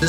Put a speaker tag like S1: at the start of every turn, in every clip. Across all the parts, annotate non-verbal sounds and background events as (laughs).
S1: 时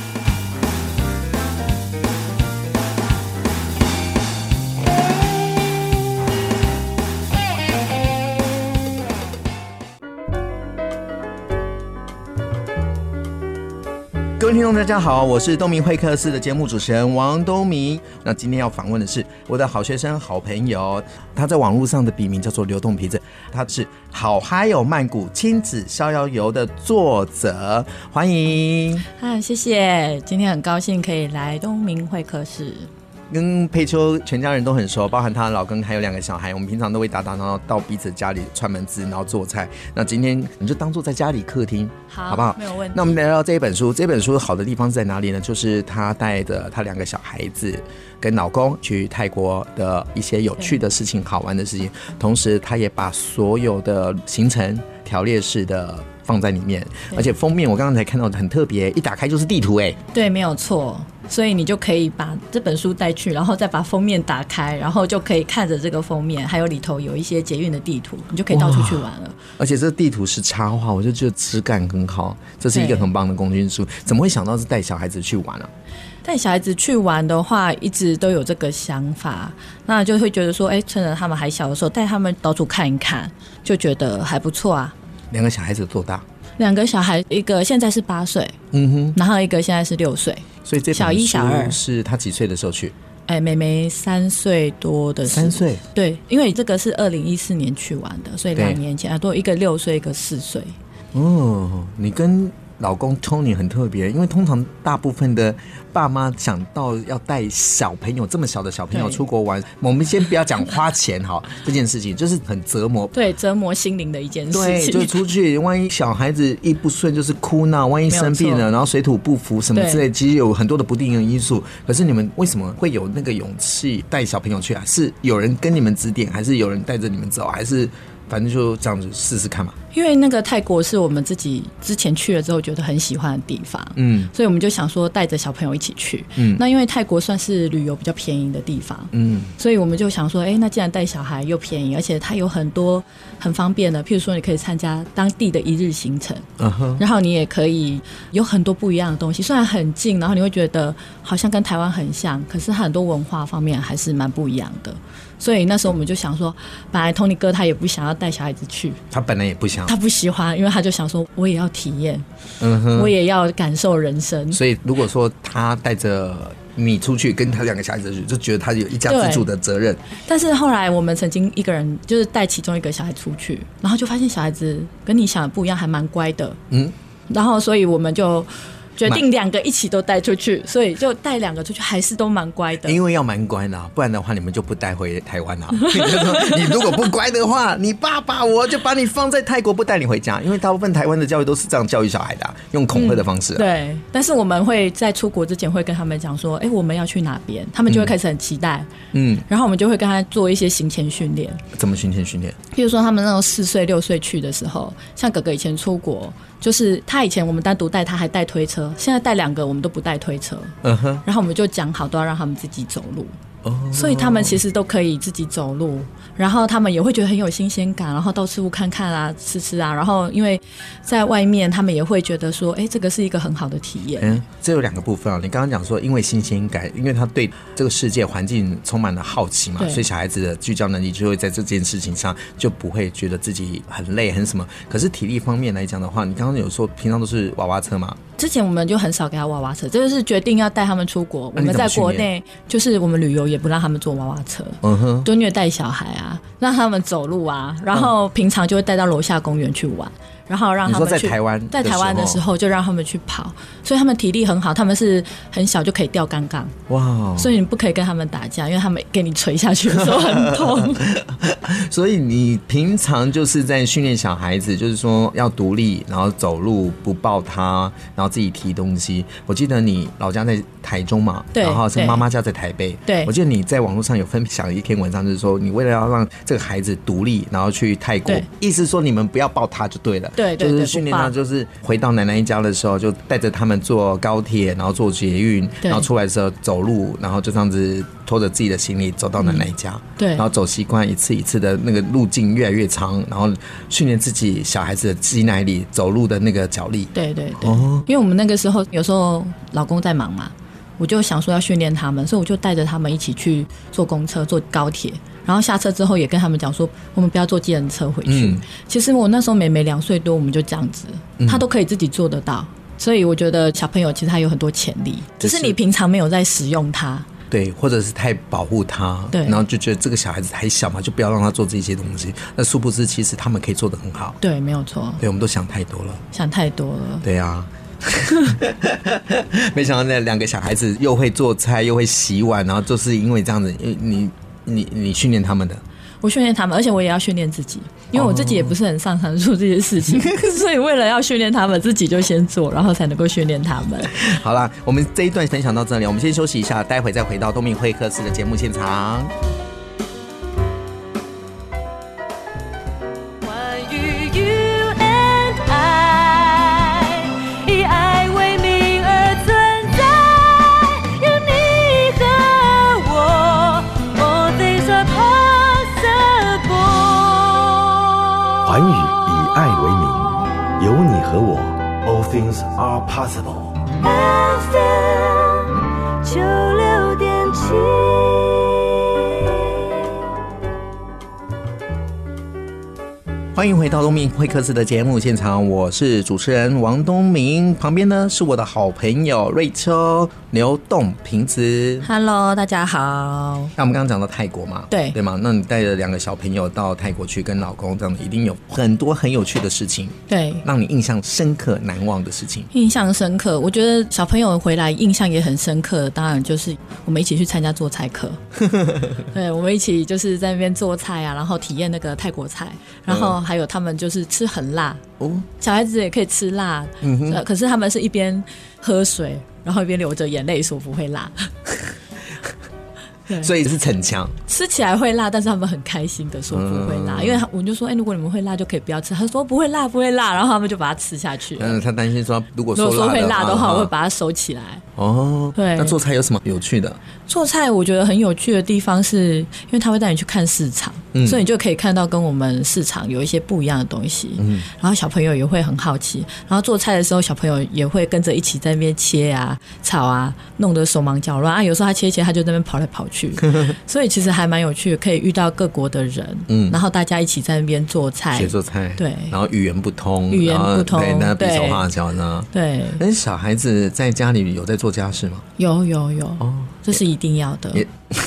S2: 各位听众，大家好，我是东明会客室的节目主持人王东明。那今天要访问的是我的好学生、好朋友，他在网络上的笔名叫做流动瓶子，他是《好嗨哟曼谷亲子逍遥游》的作者，欢迎。
S3: 啊，谢谢，今天很高兴可以来东明会客室。
S2: 跟佩秋全家人都很熟，包含她的老公还有两个小孩。我们平常都会打打闹闹到彼此家里串门子，然后做菜。那今天你就当做在家里客厅，
S3: 好
S2: 不好？
S3: 没有问题
S2: 那我们聊聊这一本书，这本书好的地方在哪里呢？就是她带着她两个小孩子跟老公去泰国的一些有趣的事情、好玩的事情，同时她也把所有的行程条列式的。放在里面，
S3: 对
S2: 而且封面我刚刚才看到很特别，一打开就是地图哎、
S3: 对，没有错，所以你就可以把这本书带去，然后再把封面打开，然后就可以看着这个封面，还有里头有一些捷运的地图，你就可以到处去玩了。
S2: 而且这地图是插画，我就觉得质感很好，这是一个
S3: 对
S2: 很棒的工具书。怎么会想到是带小孩子去玩啊？
S3: 带小孩子去玩的话，一直都有这个想法，那就会觉得说，哎，趁着他们还小的时候，带他们到处看一看，就觉得还不错啊。
S2: 两个小孩子多大？
S3: 两个小孩，一个现在是八岁，
S2: 嗯哼，
S3: 然后一个现在是六岁。
S2: 所以这本
S3: 小一小二
S2: 书是他几岁的时候去？
S3: 哎，妹妹三岁多的时候
S2: 三岁，
S3: 对，因为这个是二零一四年去玩的，所以
S2: 对
S3: 两年前啊，多一个六岁，一个四岁。
S2: 哦，你跟老公 Tony 很特别，因为通常大部分的爸妈想到要带小朋友这么小的小朋友
S3: 对
S2: 出国玩，我们先不要讲花钱 (laughs) 哈这件事情，就是很折磨。
S3: 对，折磨心灵的一件事
S2: 对，
S3: (laughs)
S2: 就
S3: 情。
S2: 出去，万一小孩子一不顺就是哭闹，万一生病
S3: 没
S2: 了，
S3: 有错
S2: 然后水土不服什么之类，其实有很多的不定的因素。可是你们为什么会有那个勇气带小朋友去啊？是有人跟你们指点，还是有人带着你们走，还是反正就这样子试试看嘛？
S3: 因为那个泰国是我们自己之前去了之后觉得很喜欢的地方，
S2: 嗯
S3: 所以我们就想说带着小朋友一起去。
S2: 嗯
S3: 那因为泰国算是旅游比较便宜的地方，
S2: 嗯，
S3: 所以我们就想说，哎，那既然带小孩又便宜，而且它有很多很方便的，譬如说你可以参加当地的一日行程，
S2: 嗯哼，
S3: 然后你也可以有很多不一样的东西，虽然很近，然后你会觉得好像跟台湾很像，可是很多文化方面还是蛮不一样的。所以那时候我们就想说，本来 Tony 哥他也不想要带小孩子去，
S2: 他本来也不想，
S3: 他不喜欢，因为他就想说我也要体验，
S2: 嗯哼，
S3: 我也要感受人生。
S2: 所以如果说他带着。你出去跟他两个小孩子去，就觉得他有一家之主的责任。
S3: 但是后来我们曾经一个人就是带其中一个小孩出去，然后就发现小孩子跟你想的不一样，还蛮乖的。
S2: 嗯，
S3: 然后所以我们就决
S2: 蛮
S3: 定两个一起都带出去，所以就带两个出去，还是都蛮乖的。
S2: 因为要蛮乖的啊、不然的话你们就不带回台湾了、你就说 (laughs) 你如果不乖的话，你爸爸我就把你放在泰国，不带你回家。因为大部分台湾的教育都是这样教育小孩的啊、用恐吓的方式啊、
S3: 对，但是我们会在出国之前会跟他们讲说，哎、我们要去哪边，他们就会开始很期待，
S2: 嗯，
S3: 然后我们就会跟他做一些行前训练，
S2: 怎么训练训练？
S3: 譬如说他们那种四岁六岁去的时候，像哥哥以前出国，就是他以前我们单独带他还带推车，现在带两个我们都不带推车，
S2: 嗯哼，
S3: 然后我们就讲好都要让他们自己走路，
S2: 哦，
S3: 所以他们其实都可以自己走路，然后他们也会觉得很有新鲜感，然后到处看看啊，吃吃啊，然后因为在外面他们也会觉得说，哎、这个是一个很好的体验。
S2: 嗯，这有两个部分啊。你刚刚讲说，因为新鲜感，因为他对这个世界环境充满了好奇嘛，
S3: 对
S2: 所以小孩子的聚焦能力就会在这件事情上就不会觉得自己很累很什么。可是体力方面来讲的话，你刚刚有说平常都是娃娃车嘛，
S3: 之前我们就很少给他娃娃车，这就是决定要带他们出国。
S2: 那
S3: 我
S2: 你
S3: 们
S2: 怎么
S3: 在国
S2: 训练
S3: 内就是我们旅游也不让他们坐娃娃车，
S2: 嗯哼，
S3: 就虐待小孩啊，让他们走路啊，
S2: 嗯
S3: 然后平常就会带到楼下公园去玩，然后让
S2: 你
S3: 他
S2: 说
S3: 们
S2: 在
S3: 去
S2: 台湾
S3: 在台湾的时候就让他们去跑，所以他们体力很好，他们是很小就可以吊杆杠，
S2: 哇哦，
S3: 所以你不可以跟他们打架，因为他们给你捶下去的时候很
S2: (laughs)
S3: 痛。
S2: 所以你平常就是在训练小孩子，就是说要独立，然后走路不抱他，然后自己提东西。我记得你老家在台中嘛，
S3: 对
S2: 然后是
S3: 对
S2: 妈妈家在台北。
S3: 对
S2: 我记得你在网络上有分享一篇文章，就是说你为了要让这个孩子独立，然后去泰国
S3: 对，
S2: 意思说你们不要抱他就对了。
S3: 对对
S2: 就是
S3: 对
S2: 训
S3: 不
S2: 练他，
S3: 抱
S2: 就是回到奶奶一家的时候，就带着他们坐高铁，然后坐捷运，
S3: 对
S2: 然后出来的时候走路，然后就这样子拖着自己的行李走到奶奶家，
S3: 对
S2: 然后走习惯一次一次的那个路径越来越长，然后训练自己小孩子的肌耐力、走路的那个脚力。
S3: 对对对，
S2: 哦
S3: 因为我们那个时候有时候老公在忙嘛，我就想说要训练他们，所以我就带着他们一起去坐公车、坐高铁，然后下车之后也跟他们讲说，我们不要坐计程车回去。
S2: 嗯
S3: 其实我那时候妹妹两岁多，我们就这样子，她都可以自己做得到。所以我觉得小朋友其实他有很多潜力，只
S2: 是
S3: 是你平常没有在使用它。
S2: 对，或者是太保护他，
S3: 对
S2: 然后就觉得这个小孩子还小嘛，就不要让他做这些东西。那殊不知，其实他们可以做得很好。
S3: 对，没有错，
S2: 对，我们都想太多了。
S3: 想太多了。
S2: 对啊， (laughs) 没想到那两个小孩子又会做菜，又会洗碗，然后就是因为这样子，因为你你你训练他们的，
S3: 我训练他们，而且我也要训练自己，因为我自己也不是很擅长做这些事情， (laughs) 所以为了要训练他们，自己就先做，然后才能够训练他们。
S2: 好啦，我们这一段分享到这里，我们先休息一下，待会再回到东明会客室的节目现场。
S4: 关于 You and I，以爱为名而存在，有你和我，All things are possible。
S5: 环宇以爱为名，有你和我，All things are possible。
S4: FM 九六点七。
S2: 欢迎回到东明会客室的节目现场，我是主持人王东明，旁边呢是我的好朋友瑞秋、刘栋、平子。
S3: Hello，大家好。
S2: 那我们刚刚讲到泰国嘛，
S3: 对
S2: 对吗？那你带着两个小朋友到泰国去跟老公，这样子一定有很多很有趣的事情，
S3: 对，
S2: 让你印象深刻难忘的事情。
S3: 印象深刻，我觉得小朋友回来印象也很深刻。当然就是我们一起去参加做菜课，
S2: (laughs)
S3: 对，我们一起就是在那边做菜啊，然后体验那个泰国菜，然后还有他们就是吃很辣，
S2: 哦，
S3: 小孩子也可以吃辣，嗯、呃，可是他们是一边喝水，然后一边流着眼泪说不
S2: (laughs)
S3: 会辣，对
S2: 所以是逞强，
S3: 吃起来会辣，但是他们很开心的说不会
S2: 嗯
S3: 辣，因为他我就说，哎、如果你们会辣就可以不要吃，他说不会辣不会辣，然后他们就把它吃下去了。
S2: 嗯，他担心说如果
S3: 如
S2: 说
S3: 果说会辣的话，我会
S2: 把
S3: 把它收起来。
S2: 哦，
S3: 对
S2: 那做菜有什么有趣的？
S3: 做菜我觉得很有趣的地方是，因为他会带你去看市场，
S2: 嗯
S3: 所以你就可以看到跟我们市场有一些不一样的东西。嗯，然后小朋友也会很好奇，然后做菜的时候小朋友也会跟着一起在那边切啊、炒啊，弄得手忙脚乱啊。有时候他切一切，他就在那边跑来跑去，所以其实还蛮有趣的，可以遇到各国的人，
S2: 嗯
S3: 然后大家一起在那边做菜
S2: 学，做菜，
S3: 哎对
S2: 然后语言不通，
S3: 语言不
S2: 然后
S3: 通
S2: 对，那比
S3: 对
S2: 手画脚呢。
S3: 对，
S2: 但是哎小孩子在家里有在做家事吗？
S3: 有有有，
S2: 哦，
S3: 这是一定要的
S2: 也。
S3: (laughs)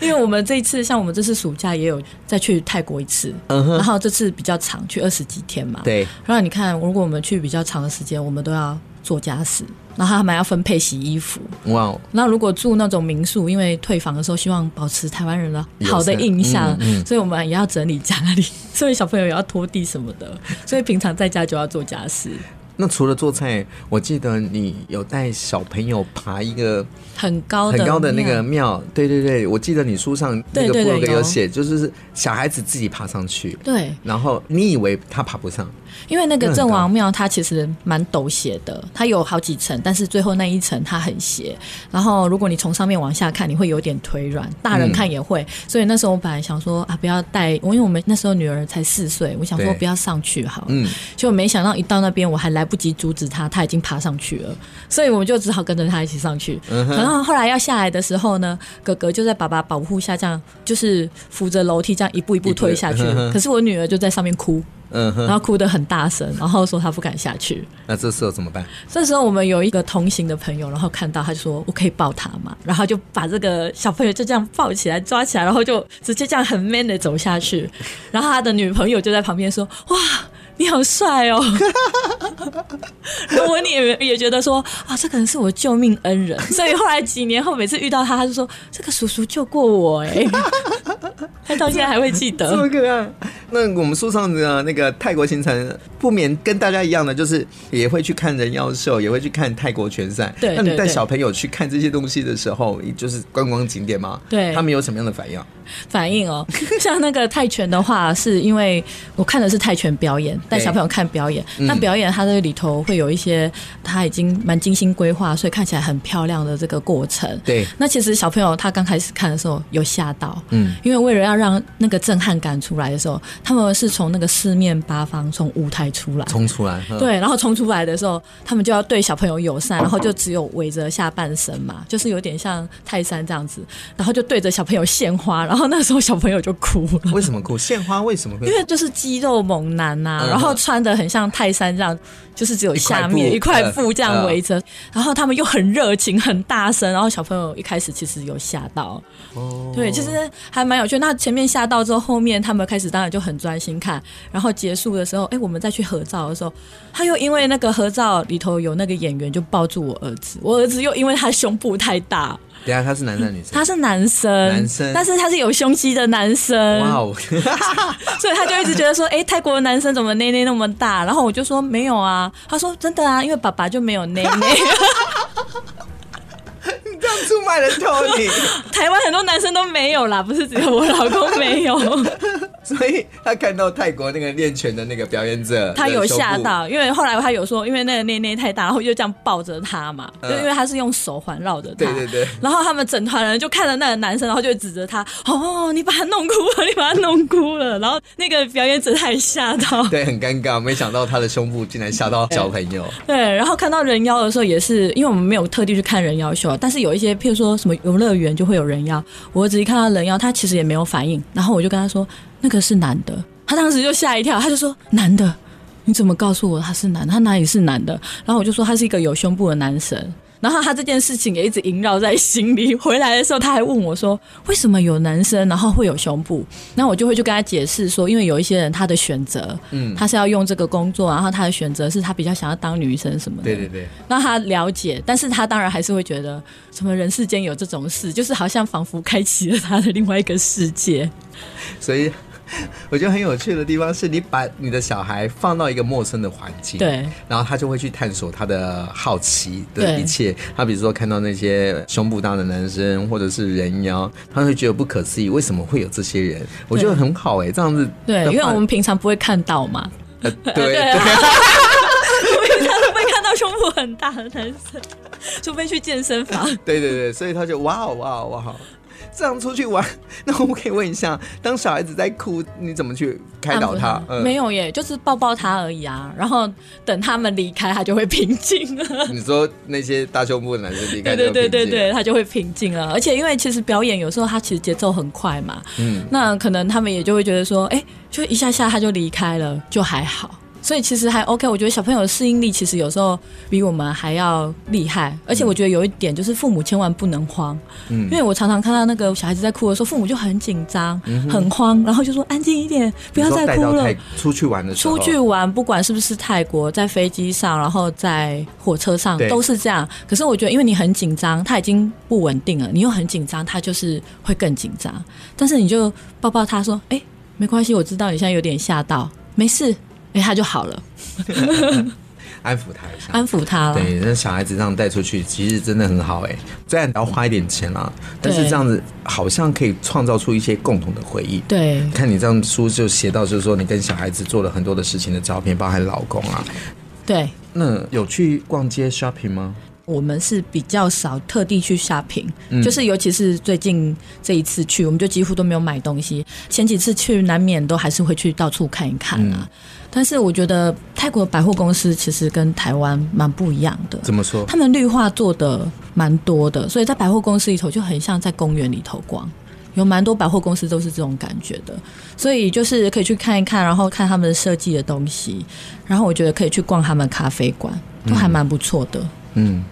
S3: 因为我们这一次，像我们这次暑假也有再去泰国一次，然后这次比较长，去二十几天嘛。。
S2: 嗯对，
S3: 然后你看，如果我们去比较长的时间，我们都要做家事，然后他们还要分配洗衣服。
S2: 哇哦，
S3: 那如果住那种民宿，因为退房的时候希望保持台湾人的好的印象，
S2: 嗯嗯
S3: 所以我们也要整理家里， (laughs) 所以小朋友也要拖地什么的，所以平常在家就要做家事，
S2: 那除了做菜，我记得你有带小朋友爬一个
S3: 很高的
S2: 很高的那个
S3: 量
S2: 庙，对对对，我记得你书上那
S3: 对
S2: 个
S3: 对
S2: 部落
S3: 对
S2: 格
S3: 有
S2: 有写，就是小孩子自己爬上去，
S3: 对。
S2: 然后你以为他爬不上，
S3: 因为那
S2: 那
S3: 个
S2: 很
S3: 郑王庙它其实蛮陡斜的，它有好几层，但是最后那一层它很斜。然后如果你从上面往下看，你会有点腿软，大
S2: 嗯
S3: 人看也会。所以那时候我本来想说啊，不要带我，因为我们那时候女儿才四岁，我想说
S2: 对
S3: 不要上去好了。
S2: 嗯，
S3: 结果没想到一到那边我还来不及阻止她，她已经爬上去了，所以我们就只好跟着她一起上去。
S2: 嗯
S3: 然后后来要下来的时候呢，哥哥就在爸爸保护下，这样就是扶着楼梯这样一步一步推下去。
S2: 嗯哼
S3: 可是我女儿就在上面哭。
S2: 嗯
S3: 然
S2: 哼，
S3: 后哭得很大声，然后说他不敢下去。
S2: 那这时候怎么办？
S3: 这时候我们有一个同行的朋友，然后看到他就说：“我可以抱他嘛？”然后就把这个小朋友就这样抱起来、抓起来，然后就直接这样很 man 的走下去。然后他的女朋友就在旁边说：“哇！”你好帅哦！ (laughs) 然后我也也觉得说啊，这个人是我救命恩人，所以后来几年后每次遇到他，他就欸 (laughs) 说这个叔叔救过我哎、他到现在还会记得。
S2: 可爱，那我们书上的那个泰国行程，不免跟大家一样的，就是也会去看人妖秀，也会去看泰国拳赛。
S3: 对
S2: 那你
S3: 对
S2: 带
S3: 对
S2: 小朋友去看这些东西的时候，就是观光景点吗？
S3: 对
S2: 他们有什么样的反应啊？
S3: 反应哦。 (laughs) 像那个泰拳的话，是因为我看的是泰拳表演，带小朋友看表演。
S2: 嗯
S3: 那表演它这里头会有一些，它已经蛮精心规划，所以看起来很漂亮的这个过程。 (laughs)
S2: 对
S3: 那其实小朋友他刚开始看的时候有吓到，
S2: 嗯
S3: 嗯，因为为了要让那个震撼感出来的时候，他们是从那个四面八方从舞台出来，
S2: 冲出来，嗯，
S3: 对，然后冲出来的时候，他们就要对小朋友友善，然后就只有围着下半身嘛，就是有点像泰山这样子，然后就对着小朋友献花，然后那时候小朋友就哭了。
S2: 为什么哭？献花为什么会
S3: 因？为就是肌肉猛男呐、
S2: 嗯
S3: 然后穿的很像泰山这样，就是只有下面
S2: 一
S3: 一
S2: 块布
S3: 块布
S2: 嗯
S3: 这样围着，然后他们又很热情、很大声，然后小朋友一开始其实有吓到，
S2: 哦
S3: 对，其实还蛮有趣。那前面吓到之后，后面他们开始当然就很专心看，然后结束的时候，哎，我们再去合照的时候，他又因为那个合照里头有那个演员就抱住我儿子，我儿子又因为他胸部太大，
S2: 等一下他是男生女生
S3: 他？是男生，
S2: 男生
S3: 但是他是有胸肌的男生，
S2: 哇哦， (laughs)
S3: (laughs) 所以他就一直觉得说，哎、泰国的男生怎么内内那么大？然后我就说没有啊，他说真的啊，因为爸爸就没有
S2: (laughs)
S3: 内内。
S2: 你这样出卖人头你， (laughs)
S3: 台湾很多男生都没有啦，不是只有我老公没
S2: (laughs)
S3: 有，
S2: 所以他看到泰国那个练拳的那个表演者，
S3: 他有
S2: 的胸部
S3: 吓。到，因为后来他有说，因为那个内内太大，然后就这样抱着他嘛，就
S2: 嗯
S3: 因为他是用手环绕着他，
S2: 对对对
S3: 然后他们整团人就看着那个男生，然后就指着他，哦，你把他弄哭了，你把他弄哭了，然后那个表演者他也吓到，
S2: 对，很尴尬，没想到他的胸部竟然吓到小朋
S3: (laughs)
S2: 友。
S3: 对，然后看到人妖的时候，也是因为我们没有特地去看人妖秀，但是有一些，譬如说什么游乐园就会有人妖。我只一看到人妖，他其实也没有反应，然后我就跟他说那个是男的，他当时就吓一跳，他就说男的，你怎么告诉我他是男的？他哪里是男的？然后我就说他是一个有胸部的男神。然后他这件事情也一直萦绕在心里。回来的时候，他还问我说：“为什么有男生然后会有胸部？”那我就会去跟他解释说，因为有一些人他的选择，嗯，他是要用这个工作，然后他的选择是他比较想要当女生什么的。
S2: 对对对，
S3: 让他了解，但是他当然还是会觉得，什么人世间有这种事，就是好像仿佛开启了他的另外一个世界。
S2: 所以 (laughs) 我觉得很有趣的地方是你把你的小孩放到一个陌生的环境，
S3: 对，
S2: 然后他就会去探索他的好奇的
S3: 对
S2: 一切。他比如说看到那些胸部大的男生或者是人妖，他会觉得不可思议，为什么会有这些人？我觉得很好哎、这样子
S3: 对，
S2: 的
S3: 因为
S2: 话
S3: 我们平常不会看
S2: (laughs)
S3: 到嘛， (laughs)
S2: 呃对
S3: 对
S2: 对
S3: 啊。我平常都不会看到胸部很大的男生，除非去健身房。
S2: (laughs) 对对对，所以他就哇哦哇哦哇哦，这样出去玩。那我可以问一下，当小孩子在哭，你怎么去开导他？嗯
S3: 没有耶，就是抱抱他而已啊。然后等他们离开，他就会平静了。
S2: 嗯你说那些大胸部的男生离开
S3: 对
S2: 这
S3: 对
S2: 个
S3: 对对
S2: 瓶颈
S3: 对，他就会平静了。而且因为其实表演有时候他其实节奏很快嘛，
S2: 嗯
S3: 那可能他们也就会觉得说，哎、就一下下他就离开了，就还好。所以其实还 OK，我觉得小朋友的适应力其实有时候比我们还要厉害，而且
S2: 嗯
S3: 我觉得有一点就是父母千万不能慌，因为我常常看到那个小孩子在哭的时候，父母就很紧张、很慌，然后就说安静一点，
S2: 嗯
S3: 不
S2: 你
S3: 要
S2: 说
S3: 再
S2: 带
S3: 哭
S2: 到
S3: 了
S2: 泰。出去玩的时候，
S3: 出去玩，不管是不是泰国，在飞机上，然后在火车上
S2: 对，
S3: 都是这样。可是我觉得，因为你很紧张，他已经不稳定了，你又很紧张，他就是会更紧张。但是你就抱抱他说：“哎、没关系，我知道你现在有点吓到，没事。哎、他就好了，
S2: 安抚他一下，
S3: 安抚他了。
S2: 对，那小孩子这样带出去，其实真的很好哎、虽然要花一点钱啦，但是
S3: 对
S2: 这样子好像可以创造出一些共同的回忆。
S3: 对
S2: 看你这样书就写到，就是说你跟小孩子做了很多的事情的照片，包含老公啊。
S3: 对
S2: 那有去逛街 shopping 吗？
S3: 我们是比较少特地去 shopping，、
S2: 嗯
S3: 就是尤其是最近这一次去，我们就几乎都没有买东西。前几次去难免都还是会去到处看一看
S2: 嗯
S3: 啊。但是我觉得泰国百货公司其实跟台湾蛮不一样的，
S2: 怎么说？
S3: 他们绿化做的蛮多的，所以在百货公司里头就很像在公园里头逛。有蛮多百货公司都是这种感觉的，所以就是可以去看一看，然后看他们设计的东西，然后我
S2: 嗯
S3: 觉得可以去逛他们咖啡馆，都还蛮不错的。
S2: 嗯，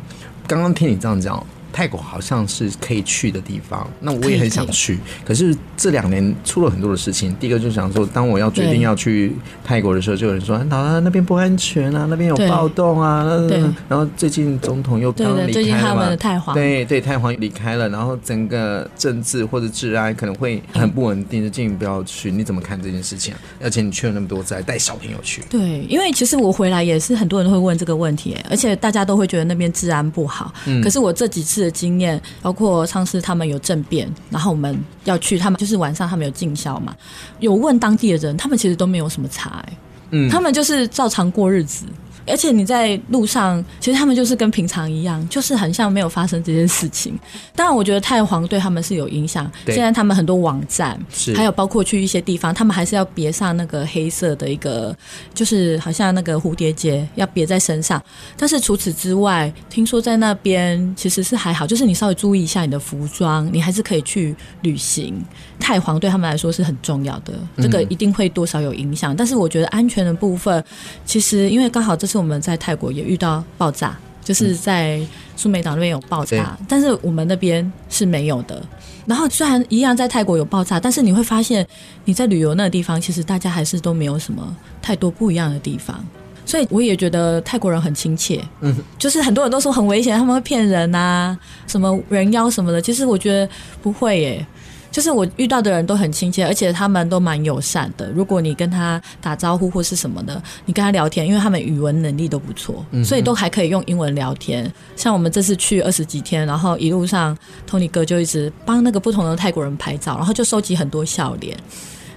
S2: 刚刚听你这样讲，泰国好像是可以去的地方，那我也
S3: 可
S2: 很
S3: 以
S2: 想
S3: 可以
S2: 去。可是这两年出了很多的事情，第一个就想说，当我要决定
S3: 对
S2: 要去泰国的时候，就有人说啊，那边不安全啊，那边有
S3: 对
S2: 暴动啊，那
S3: 对
S2: 然后最近总统又
S3: 对
S2: 刚
S3: 对
S2: 离
S3: 最近
S2: 开了
S3: 他们
S2: 嘛
S3: 的泰皇
S2: 对对，泰皇离开了，然后整个政治或者治安可能会很不稳定，就建议不要去。你怎么看这件事情啊？而且你去了那么多次，还带小朋友去，
S3: 对，因为其实我回来也是很多人会问这个问题，而且大家都会觉得那边治安不好。
S2: 嗯
S3: 可是我这几次的经验，包括上次他们有政变，然后我们要去，他们就是晚上他们有进校嘛，有问当地的人，他们其实都没有什么差、欸，
S2: 嗯
S3: 他们就是照常过日子。而且你在路上，其实他们就是跟平常一样，就是很像没有发生这件事情。当然，我觉得太皇对他们是有影响。
S2: 对
S3: 现在他们很多网站
S2: 是，
S3: 还有包括去一些地方，他们还是要别上那个黑色的一个，就是好像那个蝴蝶结要别在身上。但是除此之外，听说在那边其实是还好，就是你稍微注意一下你的服装，你还是可以去旅行。太皇对他们来说是很重要的，这个一定会多少有影响。但是我觉得安全的部分，其实因为刚好这次我们在泰国也遇到爆炸，就是在苏梅岛那边有爆
S2: 对
S3: 炸，但是我们那边是没有的。然后虽然一样在泰国有爆炸，但是你会发现你在旅游那个地方，其实大家还是都没有什么太多不一样的地方。所以我也觉得泰国人很亲切，嗯，就是很多人都说很危险，他们会骗人呐、什么人妖什么的。其实我觉得不会耶，就是我遇到的人都很亲切，而且他们都蛮友善的。如果你跟他打招呼或是什么的，你跟他聊天，因为他们语文能力都不错，所以都还可以用英文聊天。像我们这次去二十几天，然后一路上 Tony 哥就一直帮那个不同的泰国人拍照，然后就收集很多笑脸。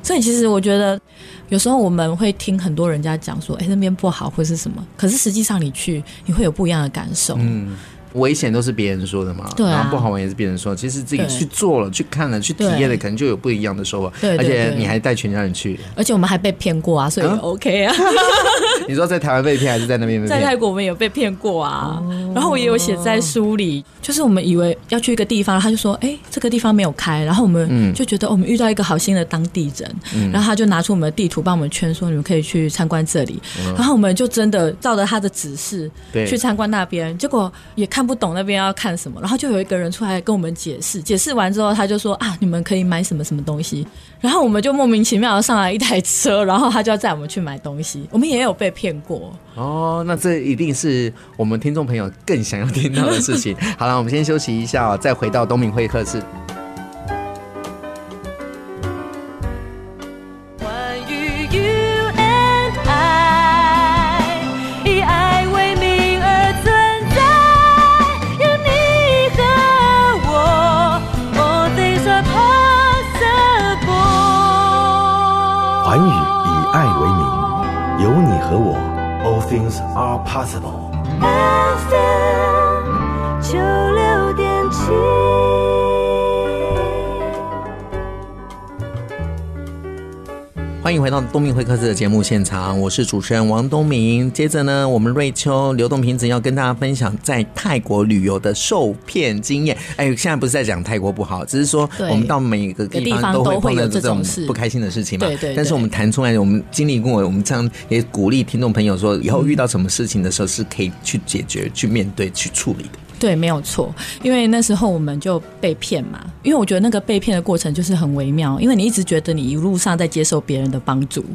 S3: 所以其实我觉得，有时候我们会听很多人家讲说，哎、那边不好或是什么，可是实际上你去，你会有不一样的感受。
S2: 危险都是别人说的嘛，
S3: 对啊
S2: 然后不好玩也是别人说的。其实自己
S3: 对
S2: 去做了、去看了、去体验了，
S3: 对
S2: 可能就有不一样的收获。
S3: 对对
S2: 而且
S3: 对
S2: 你还带全家人去，
S3: 而且我们还被骗过啊，所以也
S2: 啊
S3: OK 啊。
S2: 你说在台湾被骗还是在那边被
S3: 在泰
S2: 骗？
S3: 国我们也有被骗过啊，然后我也有写在书里，就是我们以为要去一个地方，他就说，哎、这个地方没有开，然后我
S2: 嗯
S3: 们就觉得、哦我们遇到一个好心的当地人，然后他就拿出我们的地图帮我们圈，说你们可以去参观这里，然后我们就真的照着他的指示
S2: 嗯对
S3: 去参观那边，结果也看不懂那边要看什么，然后就有一个人出来跟我们解释，解释完之后他就说啊，你们可以买什么什么东西，然后我们就莫名其妙地上来一台车，然后他就要载我们去买东西，我们也有被骗过。
S2: 哦，那这一定是我们听众朋友更想要听到的事
S3: (laughs)
S2: 情。好了，我们先休息一下、哦，再回到东明会客室。
S4: 关于 you and I，以爱为名而存在，有你和我，All things are possible。
S5: 环宇以爱为名，有你和我，All things are possible。
S4: FM 九六点七。
S2: 欢迎回到东明会客室的节目现场，我是主持人王东明。接着呢，我们瑞秋流动瓶子要跟大家分享在泰国旅游的受骗经验。哎，现在不是在讲泰国不好，只是说
S3: 对
S2: 我们到每个地
S3: 地
S2: 方
S3: 方
S2: 都会
S3: 都会
S2: 碰到
S3: 有
S2: 这
S3: 这
S2: 种
S3: 种事
S2: 不开心的事情嘛。
S3: 对对对
S2: 但是我们谈出来，我们经历过，我们这样也鼓励听众朋友说，以后遇到什么事情的时候是可以去解决、去面对、去处理的。
S3: 对，没有错，因为那时候我们就被骗嘛。因为我觉得那个被骗的过程就是很微妙，因为你一直觉得你一路上在接受别人的帮助，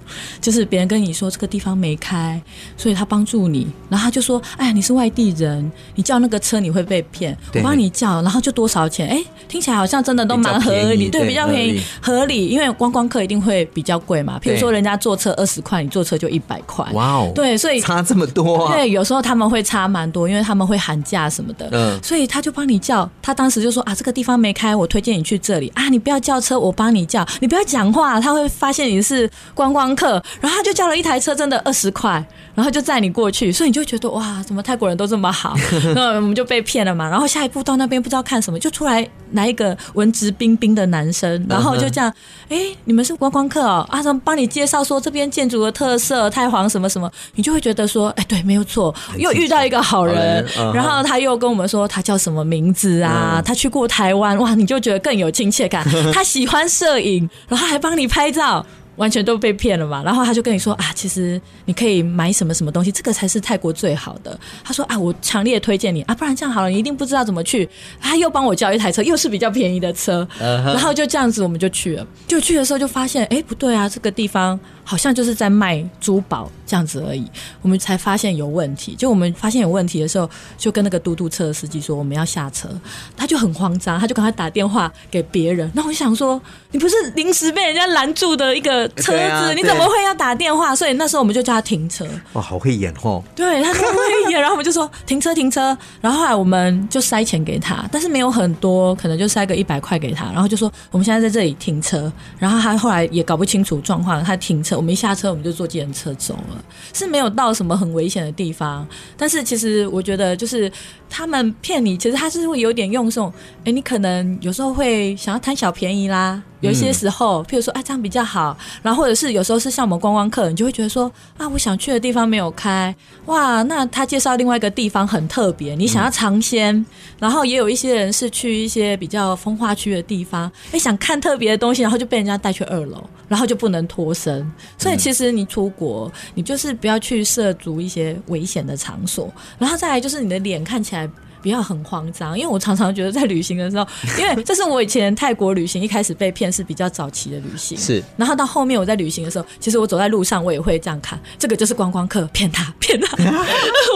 S3: 就是别人跟你说这个地方没开，所以他帮助你，然后他就说：“哎，你是外地人，你叫那个车你会被骗，我
S2: 对
S3: 帮你叫，然后就多少钱？”哎，听起来好像真的都蛮
S2: 比较
S3: 合
S2: 便宜
S3: 理，
S2: 对
S3: 对，比较便宜，合理，因为观光客一定会比较贵嘛。譬如说
S2: 对
S3: 人家坐车二十块，你坐车就一百块，
S2: 哇哦，
S3: 对，所以
S2: 差这么多啊！
S3: 对，有时候他们会差蛮多，因为他们会喊价什么的，
S2: 嗯
S3: 所以他就帮你叫。他当时就说啊，这个地方没开，我推荐你去这里啊，你不要叫车，我帮你叫，你不要讲话，他会发现你是观光客。然后他就叫了一台车，真的二十块，然后就载你过去，所以你就觉得哇，怎么泰国人都这么好？那我们就被骗了嘛。然后下一步到那边不知道看什么，就出来来一个文质彬彬的男生，然后就这
S2: 嗯
S3: 样，哎、你们是观光客哦，啊，怎么帮你介绍说这边建筑的特色，太皇什么什么，你就会觉得说，哎、对，没有错，又遇到一个好人，
S2: 好人嗯嗯
S3: 然后他又跟我们说他叫什么名字啊，他
S2: (laughs)
S3: 去过台湾，哇，你就觉得更有亲切感，他喜欢摄影，然后还帮你拍照。完全都被骗了嘛。然后他就跟你说啊，其实你可以买什么什么东西，这个才是泰国最好的。他说啊，我强烈推荐你啊，不然这样好了，你一定不知道怎么去。他又帮我叫一台车，又是比较便宜的车，
S2: 嗯
S3: 然后就这样子我们就去了。就去的时候就发现，哎，不对啊，这个地方好像就是在卖珠宝这样子而已。我们才发现有问题。就我们发现有问题的时候，就跟那个嘟嘟车的司机说我们要下车，他就很慌张，他就赶快打电话给别人。那我想说，你不是临时被人家拦住的一个车
S2: 对
S3: 子，
S2: 啊
S3: 你怎么会要打电话？所以那时候我们就叫他停车。
S2: 哇，好会演哦。
S3: 对他就会演，然后我们就说停车停车，然后后来我们就塞钱给他，但是没有很多，可能就塞个一百块给他，然后就说我们现在在这里停车，然后他后来也搞不清楚状况，他停车，我们一下车我们就坐计程车走了，是没有到什么很危险的地方，但是其实我觉得就是他们骗你，其实他是会有点用这种，哎，你可能有时候会想要贪小便宜啦，有一些时候，譬如说，哎、这样比较好，然后或者是有时候是像我们观光客，你就会觉得说，啊，我想去的地方没有开，哇，那他介绍另外一个地方很特别，你想要尝鲜，然后也有一些人是去一些比较风化区的地方，哎，想看特别的东西，然后就被人家带去二楼，然后就不能脱身，所以其实你出国，你就是不要去涉足一些危险的场所，然后再来就是你的脸看起来。不要很慌张，因为我常常觉得在旅行的时候， (laughs) 因为这是我以前泰国旅行一开始被骗是比较早期的旅行，
S2: 是
S3: 然后到后面我在旅行的时候，其实我走在路上我也会这样看，这个就是观光客骗他骗他， (laughs)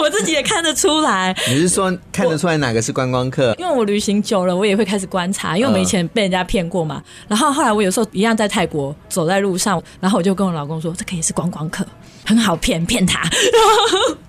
S3: 我自己也看得出来，
S2: 你是说看得出来哪个是观光客？
S3: 因为我旅行久了，我也会开始观察，因为我们以前被人家骗过嘛。然后后来我有时候一样在泰国走在路上，然后我就跟我老公说，这个也是观光客。很好骗，骗他。 (laughs)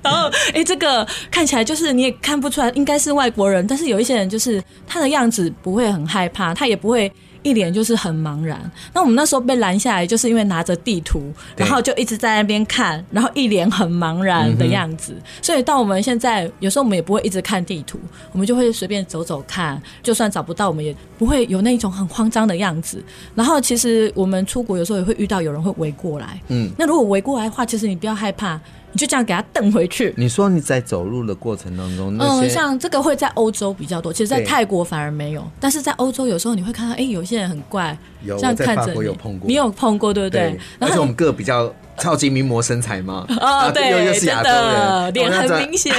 S3: 然后，哎、这个看起来就是你也看不出来，应该是外国人，但是有一些人就是他的样子不会很害怕，他也不会一脸就是很茫然。那我们那时候被拦下来，就是因为拿着地图，
S2: 对
S3: 然后就一直在那边看，然后一脸很茫然的样
S2: 嗯
S3: 子。所以到我们现在，有时候我们也不会一直看地图，我们就会随便走走看，就算找不到，我们也不会有那种很慌张的样子。然后其实我们出国有时候也会遇到有人会围过来，
S2: 嗯
S3: 嗯，那如果围过来的话，其实你不要害怕，你就这样给他瞪回去。
S2: 你说你在走路的过程当中，嗯那
S3: 嗯，
S2: 些、
S3: 像这个会在欧洲比较多，其实，在
S2: 对
S3: 泰国反而没有。但是在欧洲，有时候你会看到，哎、有些人很怪，
S2: 有
S3: 这样
S2: 我在
S3: 看
S2: 法
S3: 着
S2: 国
S3: 你
S2: 有碰过
S3: 你有碰过，对不对？
S2: 而
S3: 然
S2: 且
S3: 后
S2: 我们个比较超级名模身材嘛，
S3: (laughs)
S2: 啊
S3: 哦，对，
S2: (laughs) 又又是亚
S3: 真
S2: 洲
S3: 的
S2: 人，
S3: 脸
S2: 然后
S3: 很
S2: 那
S3: 明
S2: 种
S3: 显，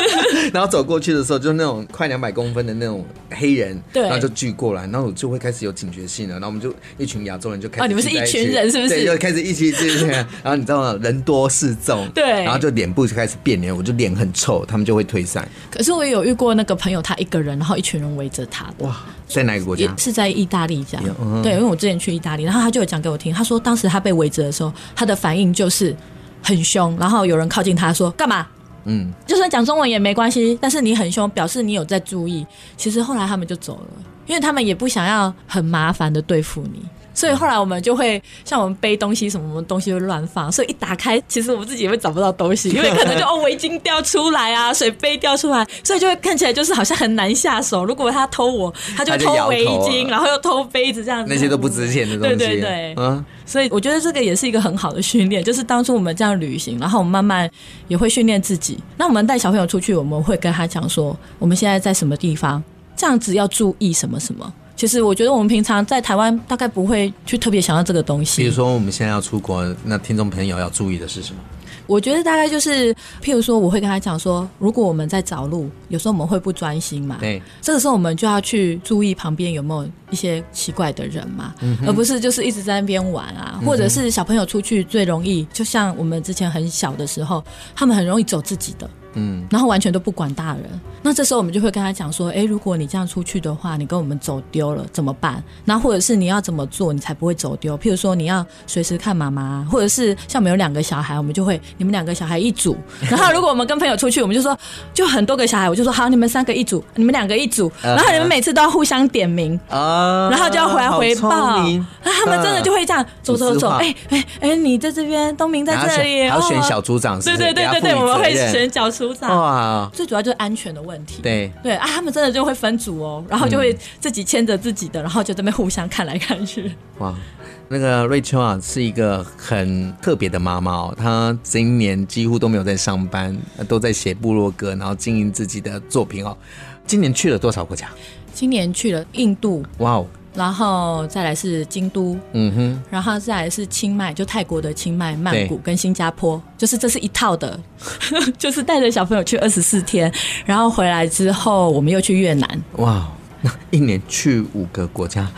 S2: (laughs) 然后走过去的时候，就那种快两百公分的那种黑人，
S3: 对
S2: 然后就聚过来，然后我就会开始有警觉性了。然后我们就一群亚洲人就开始
S3: 哦你们是
S2: 聚在起
S3: 一群人是不是
S2: 对，就开始一起聚。然后你知道吗？人多势众，
S3: 对
S2: 然后就脸部就开始变脸，我就脸很臭，他们就会退散。
S3: 可是我也有遇过那个朋友，他一个人，然后一群人围着他的。
S2: 哇，在哪个国
S3: 啊也
S2: 家？
S3: 是在意大利这
S2: 也
S3: 样，
S2: 嗯
S3: 对，因为我之前去意大利，然后他就有讲给我听，他说当时他被围着的时候，他的反应就是很凶，然后有人靠近他说干嘛？
S2: 嗯，
S3: 就算讲中文也没关系，但是你很凶，表示你有在注意。其实后来他们就走了，因为他们也不想要很麻烦的对付你。所以后来我们就会像我们背东西什么，我们东西会乱放，所以一打开，其实我们自己也会找不到东
S2: (laughs)
S3: 西，因为可能就哦围巾掉出来啊，水杯掉出来，所以就会看起来就是好像很难下手。如果他偷我，他就
S2: 他就
S3: 偷
S2: 摇头
S3: 围巾，
S2: 了
S3: 然后又偷杯子这样子，
S2: 那些都不值钱的东西。
S3: 对对对，
S2: 嗯，
S3: 所以我觉得这个也是一个很好的训练，就是当初我们这样旅行，然后我们慢慢也会训练自己。那我们带小朋友出去，我们会跟他讲说，我们现在在什么地方，这样子要注意什么什么。其实我觉得我们平常在台湾大概不会去特别想到这个东西。
S2: 比如，说我们现在要出国，那听众朋友要注意的是什么？
S3: 我觉得大概就是，譬如说，我会跟他讲说，如果我们在找路，有时候我们会不专心嘛，
S2: 对，
S3: 这个时候我们就要去注意旁边有没有一些奇怪的人嘛，而不是就是一直在那边玩啊，或者是小朋友出去最容易，就像我们之前很小的时候，他们很容易走自己的。
S2: 嗯，
S3: 然后完全都不管大人。那这时候我们就会跟他讲说，诶，如果你这样出去的话，你跟我们走丢了怎么办？那或者是你要怎么做，你才不会走丢？譬如说你要随时看妈妈，或者是像我们有两个小孩，我们就会你们两个小孩一
S2: (laughs)
S3: 组。然后如果我们跟朋友出去，我们就说就很多个小孩，我就说好，你们三个一组，你们两个一组，
S2: 嗯
S3: 然后你们每次都要互相点名。
S2: 啊
S3: 然后就要回来回
S2: 好
S3: 报
S2: 聪明，嗯
S3: 那他们真的就会这样走走
S2: 组织
S3: 走，
S2: 化
S3: 哎哎哎，你在这边，东明在
S2: 然后
S3: 这里，
S2: 选还要选
S3: 哦
S2: 小组长是
S3: 对
S2: 不是
S3: 对对对
S2: 给
S3: 对，
S2: 他负
S3: 我们会
S2: 责任
S3: 选小组长，
S2: 哇，
S3: 最主要就是安全的问题。
S2: 对。嗯
S3: 对啊，他们真的就会分组哦，然后就会自己牵着自己的，然后就在那边互相看来看去。
S2: 哇，那个瑞秋啊，是一个很特别的妈妈哦。她今年几乎都没有在上班，呃都在写部落格，然后经营自己的作品哦。今年去了多少国家？
S3: 今年去了印度、
S2: 哇哦，
S3: 然后再来是京都，
S2: 嗯哼，
S3: 然后再来是清迈，就泰国的清迈、曼谷
S2: 对
S3: 跟新加坡，就是这是一套的， (laughs) 就是带着小朋友去二十四天，然后回来之后我们又去越南，
S2: 哇，那一年去五个国家，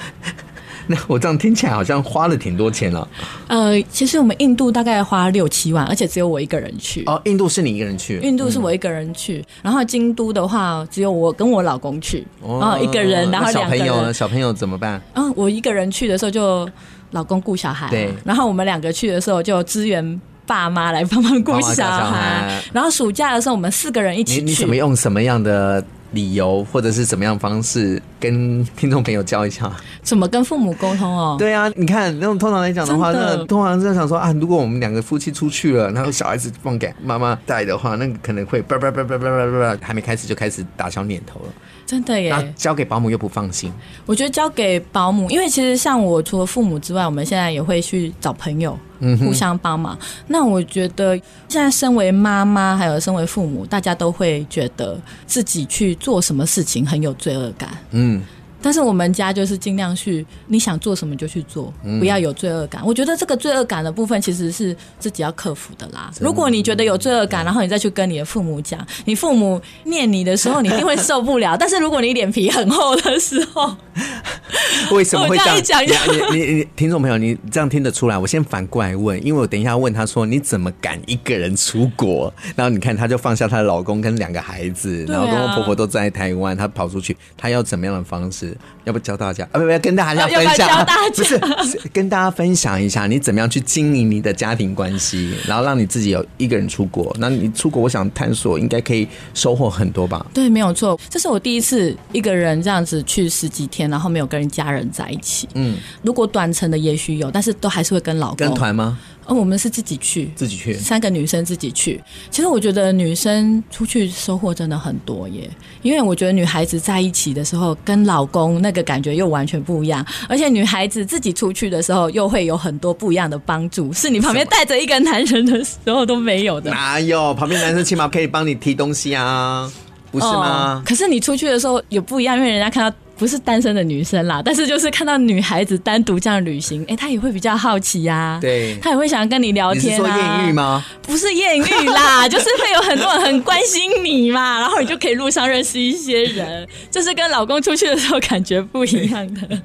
S2: (laughs) 那我这样听起来好像花了挺多钱哦了。
S3: 呃，其实我们印度大概花六七万，而且只有我一个人去。
S2: 哦，印度是你一个人去？
S3: 印度是我一个人去，然后京都的话只有我跟我老公去，
S2: 哦
S3: 然后一个人，
S2: 那
S3: 然后
S2: 小
S3: 两个
S2: 朋友呢？
S3: 人。
S2: 小朋友怎么办？
S3: 嗯，我一个人去的时候就老公顾小孩啊，
S2: 对
S3: 然后我们两个去的时候就支援爸妈来帮忙顾
S2: 帮忙顾
S3: 小
S2: 小
S3: 孩
S2: 孩。
S3: 然后暑假的时候我们四个人一
S2: 你
S3: 起
S2: 你怎么
S3: 去，
S2: 用什么样的理由或者是怎么样方式跟听众朋友教一下？
S3: 怎么跟父母沟通哦？
S2: 对啊，你看那种通常来讲的话，
S3: 真的
S2: 那通常是想说啊，如果我们两个夫妻出去了，然后小孩子放给妈妈带的话，那个可能会叭叭叭叭叭叭叭叭，还没开始就开始打消念头了，
S3: 真的
S2: 然后
S3: 耶！
S2: 交给保姆又不放心，
S3: 我觉得交给保姆，因为其实像我除了父母之外，我们现在也会去找朋友，互相帮忙。那我觉得现在身为妈妈，还有身为父母，大家都会觉得自己去做什么事情很有罪恶感。
S2: 嗯，
S3: 但是我们家就是尽量去，你想做什么就去做，不要有罪恶感。我觉得这个罪恶感的部分其实是自己要克服的啦。如果你觉得有罪恶感，然后你再去跟你的父母讲，你父母念你的时候，你一定会受不了。但是如果你脸皮很厚的时候， (laughs)
S2: 为什么会这样？
S3: 我这样一讲
S2: 你你你你听众朋友，你这样听得出来？我先反过来问，因为我等一下问他说你怎么敢一个人出国？然后你看，她就放下她的老公跟两个孩子，
S3: 对
S2: 然
S3: 啊
S2: 后公公婆婆都在台湾，她跑出去，她要怎么样的方式？要不教大家啊？不不，跟大
S3: (laughs)
S2: 家
S3: 要
S2: 分
S3: 不要
S2: 享，
S3: 教大家
S2: 不是是跟大家分享一下你怎么样去经营你的家庭关系，然后让你自己有一个人出国。那你出国，我想探索应该可以收获很多吧？
S3: 对，没有错，这是我第一次一个人这样子去十几天，然后没有跟家人在一起。嗯，如果短程的也许有，但是都还是会跟老公
S2: 跟。团吗？
S3: 哦，我们是自己去，
S2: 自己去？
S3: 三个女生自己去。其实我觉得女生出去收获真的很多耶，因为我觉得女孩子在一起的时候，跟老公那个感觉又完全不一样，而且女孩子自己出去的时候，又会有很多不一样的帮助，是你旁边带着一个男人的时候都没有的。
S2: (laughs) 哪有？旁边男生起码可以帮你提东西
S3: (laughs)
S2: 啊，不是吗？
S3: 哦可是你出去的时候也不一样，因为人家看到不是单身的女生啦，但是就是看到女孩子单独这样旅行，哎、她也会比较好奇呀、
S2: 对
S3: 她也会想要跟你聊
S2: 你是
S3: 天、啊。
S2: 说艳遇？吗？
S3: 不是艳遇
S2: (laughs)
S3: 啦，就是会有很多人很关心你嘛，然后你就可以路上认识一些人，这是跟老公出去的时候感觉不一样的。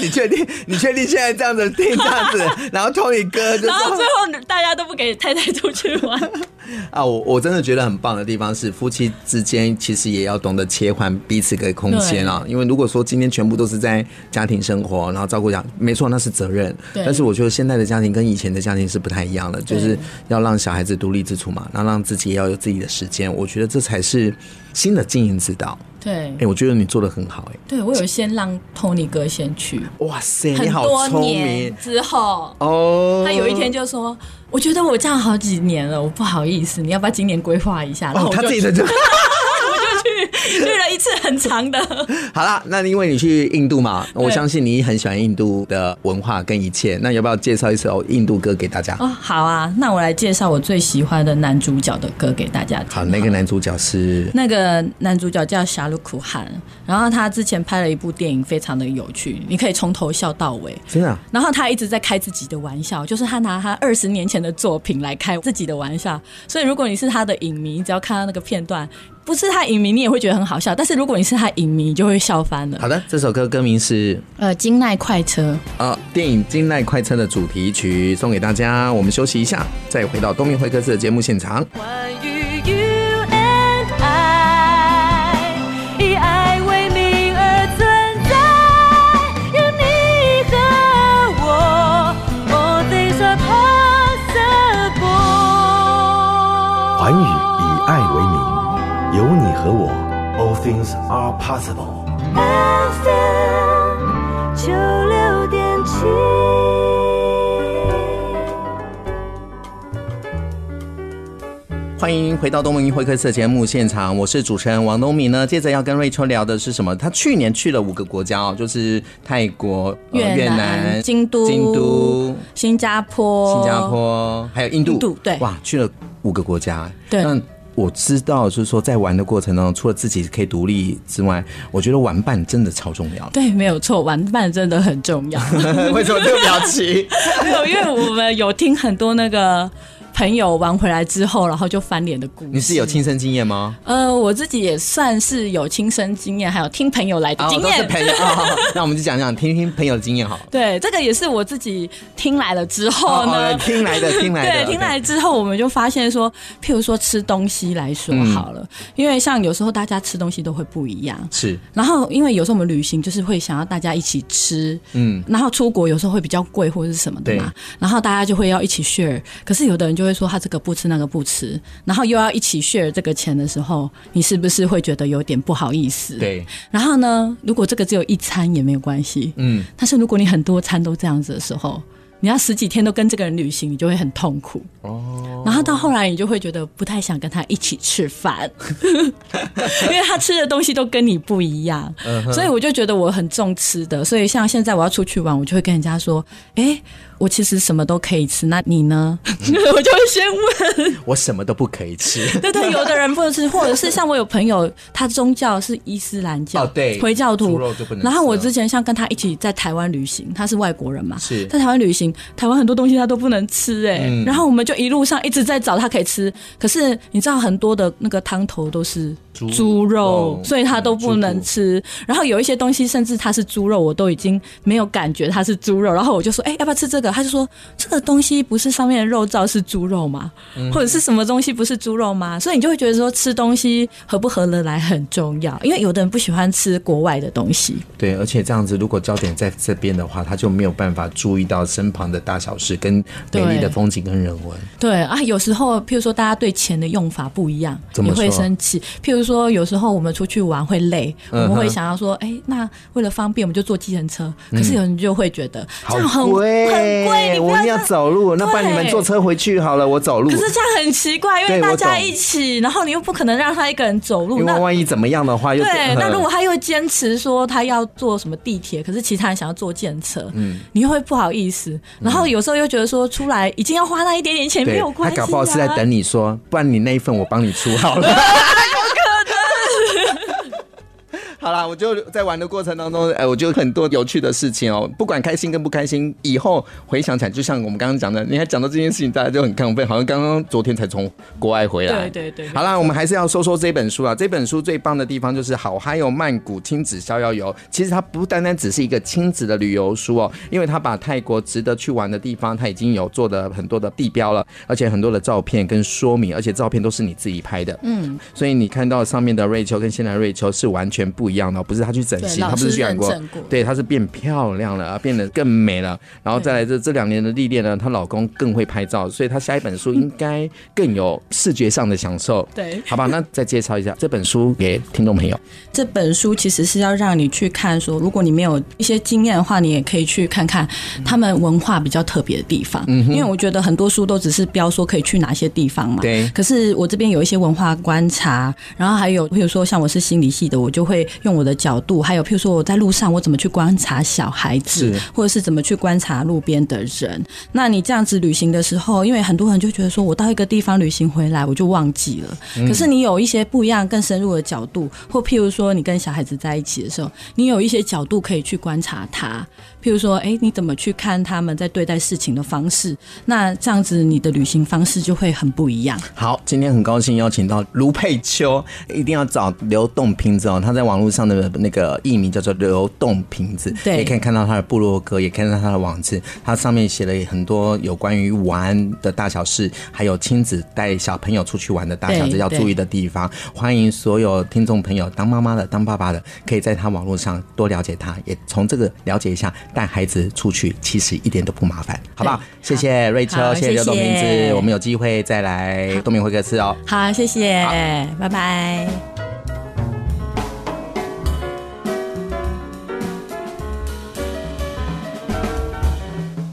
S2: 你确定？ (laughs) 你确定现在这样子听这样子， (laughs) 然后 Tony 哥就
S3: 然后
S2: 说
S3: 最后大家都不给太太出去
S2: (laughs)
S3: 玩，
S2: 啊，我我真的觉得很棒的地方是，夫妻之间其实也要懂得切换彼此的空间啊。因为如果说今天全部都是在家庭生活，然后照顾家，没错，那是责任。
S3: 对
S2: 但是我觉得现在的家庭跟以前的家庭是不太一样的，就是要让小孩子独立自主嘛，然后让自己也要有自己的时间。我觉得这才是新的经营之道。
S3: 对
S2: 哎、我觉得你做的很好、哎。
S3: 对，我有先让 Tony 哥先去，
S2: 哇塞，
S3: 很
S2: 你好
S3: 多
S2: 聪
S3: 年
S2: 明
S3: 之后。
S2: 哦！
S3: 他有一天就说：“我觉得我这样好几年了，我不好意思，你要不要今年规划一下？”然后
S2: 哦，
S3: 我
S2: 他
S3: 就、
S2: 自己的就
S3: 我 (laughs) 就去去了一次很长的，
S2: (laughs) 好啦。那因为你去印度嘛，我相信你很喜欢印度的文化跟一切。那要不要介绍一首印度歌给大家？
S3: (laughs) 哦，好啊，那我来介绍我最喜欢的男主角的歌给大家听。
S2: 好，那个男主角
S3: (laughs)
S2: 是
S3: 那个男主角叫夏鲁苦汗，然后他之前拍了一部电影，非常的有趣，你可以从头笑到尾。
S2: 真的啊
S3: 然后他一直在开自己的玩笑，就是他拿他二十年前的作品来开自己的玩笑。所以如果你是他的影迷，只要看到那个片段，不是他影迷，你也会觉得很好笑。但是如果你是他影迷，你就会笑翻了。
S2: 好的，这首歌歌名是
S3: 呃，金奈快车。
S2: 呃电影《金奈快车》的主题曲，送给大家。我们休息一下，再回到东明会客室的节目现场。
S4: 关于 you and I，以爱为名而存在，有你和我，All things are possible。
S5: 环宇以爱为名，有你和我，All things are possible。
S4: FM 九六点七。
S2: 欢迎回到东明会客室的节目现场，我是主持人王东明呢。接着要跟瑞秋聊的是什么？他去年去了五个国家哦，就是泰国、呃
S3: 越
S2: 越
S3: 南、
S2: 南、
S3: 京都、
S2: 京都、
S3: 新加坡、
S2: 新加坡，还有印度。
S3: 印度对
S2: 哇，去了五个国家。
S3: 对
S2: 那我知道，就是说在玩的过程当中，除了自己可以独立之外，我觉得玩伴真的超重
S3: (laughs)
S2: 要的。
S3: 对，没有错，玩伴真的很重
S2: (laughs)
S3: 要。
S2: 为什么这个表情？
S3: (laughs) 没有，因为我们有听很多那个朋友玩回来之后，然后就翻脸的故事。
S2: 你是有亲身经验吗？
S3: 呃，我自己也算是有亲身经验，还有听朋友来的经
S2: 都是
S3: 验。
S2: 朋友。哦好好那我们就讲讲，听听朋友的经验好了。
S3: 对，这个也是我自己听来了之后呢，
S2: 哦哦听来的，
S3: (laughs)
S2: 听来的，
S3: 对，听来之后我们就发现说，譬如说吃东西来说好了，
S2: 嗯
S3: 因为像有时候大家吃东西都会不一样。
S2: 是
S3: 然后，因为有时候我们旅行就是会想要大家一起吃，
S2: 嗯
S3: 嗯，然后出国有时候会比较贵或者是什么的嘛，然后大家就会要一起 share。可是有的人就会说他这个不吃那个不吃，然后又要一起 share 这个钱的时候，你是不是会觉得有点不好意思？。
S2: 对，
S3: 然后呢，如果这个只有一餐也没有关系，
S2: 嗯，
S3: 但是如果你很多餐都这样子的时候，你要十几天都跟这个人旅行，你就会很痛苦。
S2: 哦，
S3: 然后到后来，你就会觉得不太想跟他一起吃饭， (laughs) 因为他吃的东西都跟你不一样。
S2: 嗯
S3: 所以我就觉得我很重吃的，所以像现在我要出去玩，我就会跟人家说：“哎、我其实什么都可以吃，那你呢？” (laughs) 我就会先问。
S2: 我什么都不可以吃，
S3: (laughs) 对对，有的人不能吃，或者是像我有朋友，他宗教是伊斯兰教，
S2: 哦对
S3: 回教
S2: 猪
S3: 徒
S2: 肉就不能吃。
S3: 然后我之前像跟他一起在台湾旅行，他是外国人嘛，
S2: 是
S3: 在台湾旅行，台湾很多东西他都不能吃哎、
S2: 嗯
S3: 然后我们就一路上一直在找他可以吃，可是你知道很多的那个汤头都是
S2: 猪
S3: 猪肉
S2: 肉，
S3: 所以他都不
S2: 猪
S3: 能
S2: 肚
S3: 吃。然后有一些东西甚至它是猪肉，我都已经没有感觉它是猪肉，然后我就说哎、要不要吃这个？他就说这个东西不是上面的肉燥是猪肉吗？
S2: 嗯
S3: 或者是什么东西不是猪肉吗？所以你就会觉得说吃东西合不合得来很重要，因为有的人不喜欢吃国外的东西。
S2: 对，而且这样子，如果焦点在这边的话，他就没有办法注意到身旁的大小事、跟美丽的
S3: 对
S2: 风景跟人文。
S3: 对啊，有时候譬如说大家对钱的用法不一样，
S2: 怎么
S3: 也
S2: 说
S3: 会生气。譬如说有时候我们出去玩会累，
S2: 嗯哼
S3: 我们会想要说，哎、那为了方便我们就坐计程车。可是有人就会觉得、
S2: 嗯
S3: 这样很很贵，你不
S2: 我一定要
S3: 这样
S2: 走路，那不然你们
S3: 对
S2: 坐车回去好了，我走路。
S3: 可是这样很奇怪，因
S2: 对
S3: 为
S2: 我
S3: 大家
S2: 懂
S3: 一起，然后你又不可能让他一个人走路，
S2: 因
S3: 那
S2: 为万一怎么样的话，又
S3: 对，
S2: 嗯
S3: 那如果他又坚持说他要坐什么地铁，可是其他人想要坐电车，嗯，你又会不好意思，然后有时候又觉得说出来已经要花那一点点钱没
S2: 嗯对
S3: 有，
S2: 他
S3: 关系、啊，
S2: 搞不好是在等你说，不然你那一份我帮你出好
S3: (laughs)
S2: 了。 (laughs) 好啦，我就在玩的过程当中，哎、我就很多有趣的事情哦，不管开心跟不开心，以后回想起来，就像我们刚刚讲的，你看讲到这件事情，大家就很亢奋，好像刚刚昨天才从国外回来。
S3: 对 (laughs) 对对
S2: 好啦，我们还是要说说这本书啊。这本书最棒的地方就是《好嗨哟曼谷亲子逍遥游》，其实它不单单只是一个亲子的旅游书哦，因为它把泰国值得去玩的地方，它已经有做的很多的地标了，而且很多的照片跟说明，而且照片都是你自己拍的。嗯，所以你看到上面的瑞秋跟现在的瑞秋是完全不一样的哦，不是她去整形，她
S3: 对
S2: 不是去
S3: 老师
S2: 韩国
S3: 认证过，
S2: 对，她是变漂亮了，变得更美了。然后再来这这两年的历练呢，她老公更会拍照，所以她下一本书应该更有视觉上的享受。
S3: 对
S2: 好吧，那再介绍一下这本书给听众朋友。
S3: 这本书其实是要让你去看说，如果你没有一些经验的话，你也可以去看看他们文化比较特别的地方。因为我觉得很多书都只是标说可以去哪些地方嘛。
S2: 对
S3: 可是我这边有一些文化观察，然后还有譬如说像我是心理系的，我就会用我的角度，还有譬如说我在路上我怎么去观察小孩子
S2: 是，
S3: 或者是怎么去观察路边的人。那你这样子旅行的时候，因为很多人就觉得说我到一个地方旅行回来我就忘记了，可是你有一些不一样、更深入的角度，或譬如说你跟小孩子在一起的时候，你有一些角度可以去观察他，譬如说，哎，你怎么去看他们在对待事情的方式？那这样子你的旅行方式就会很不一样。
S2: 好，今天很高兴邀请到卢佩秋，一定要找流动瓶子哦。他在网络上的那个艺名叫做流动瓶子，
S3: 对
S2: 也可以看到他的部落格，也看到他的网址。他上面写了很多有关于玩的大小事，还有亲子带小朋友出去玩的大小事
S3: 对
S2: 要注意的地方。欢迎所有听众朋友，当妈妈的、当爸爸的，可以在他网络上多了解他，也从这个了解一下带孩子出去，其实一点都不麻烦，好不好
S3: 对？
S2: 谢谢瑞秋，
S3: 好
S2: 谢谢流动瓶子，
S3: 谢谢
S2: 我们。有机会再来东明会客室哦。
S3: 好，谢谢，拜拜。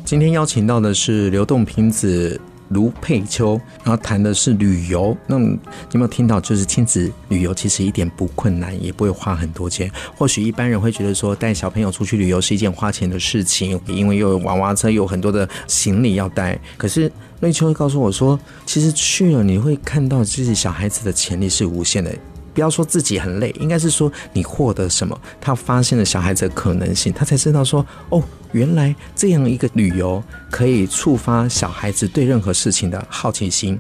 S2: 今天邀请到的是流动瓶子卢佩秋，然后谈的是旅游。那你有没有听到？就是亲子旅游其实一点不困难，也不会花很多钱。或许一般人会觉得说，带小朋友出去旅游是一件花钱的事情，因为又有娃娃车，又有很多的行李要带。可是瑞秋会告诉我说，其实去了你会看到自己小孩子的潜力是无限的。不要说自己很累，应该是说你获得什么，他发现了小孩子的可能性，他才知道说哦，原来这样一个旅游可以触发小孩子对任何事情的好奇心，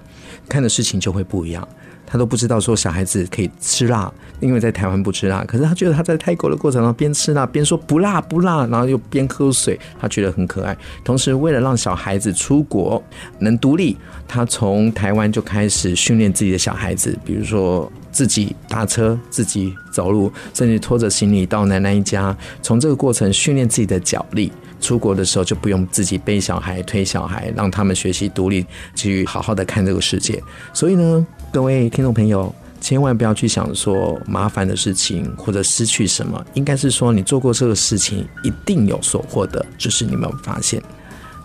S2: 看的事情就会不一样。他都不知道说小孩子可以吃辣，因为在台湾不吃辣，可是他觉得他在泰国的过程中边吃辣边说不辣不辣，然后又边喝水，他觉得很可爱。同时，为了让小孩子出国能独立，他从台湾就开始训练自己的小孩子，比如说自己搭车、自己走路，甚至拖着行李到奶奶一家，从这个过程训练自己的脚力。出国的时候就不用自己背小孩、推小孩，让他们学习独立，去好好的看这个世界。所以呢，各位听众朋友，千万不要去想说麻烦的事情或者失去什么，应该是说你做过这个事情，一定有所获得，只是你没有发现。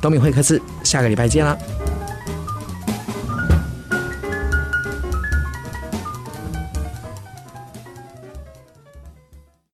S2: 东明会客室，下个礼拜见啦。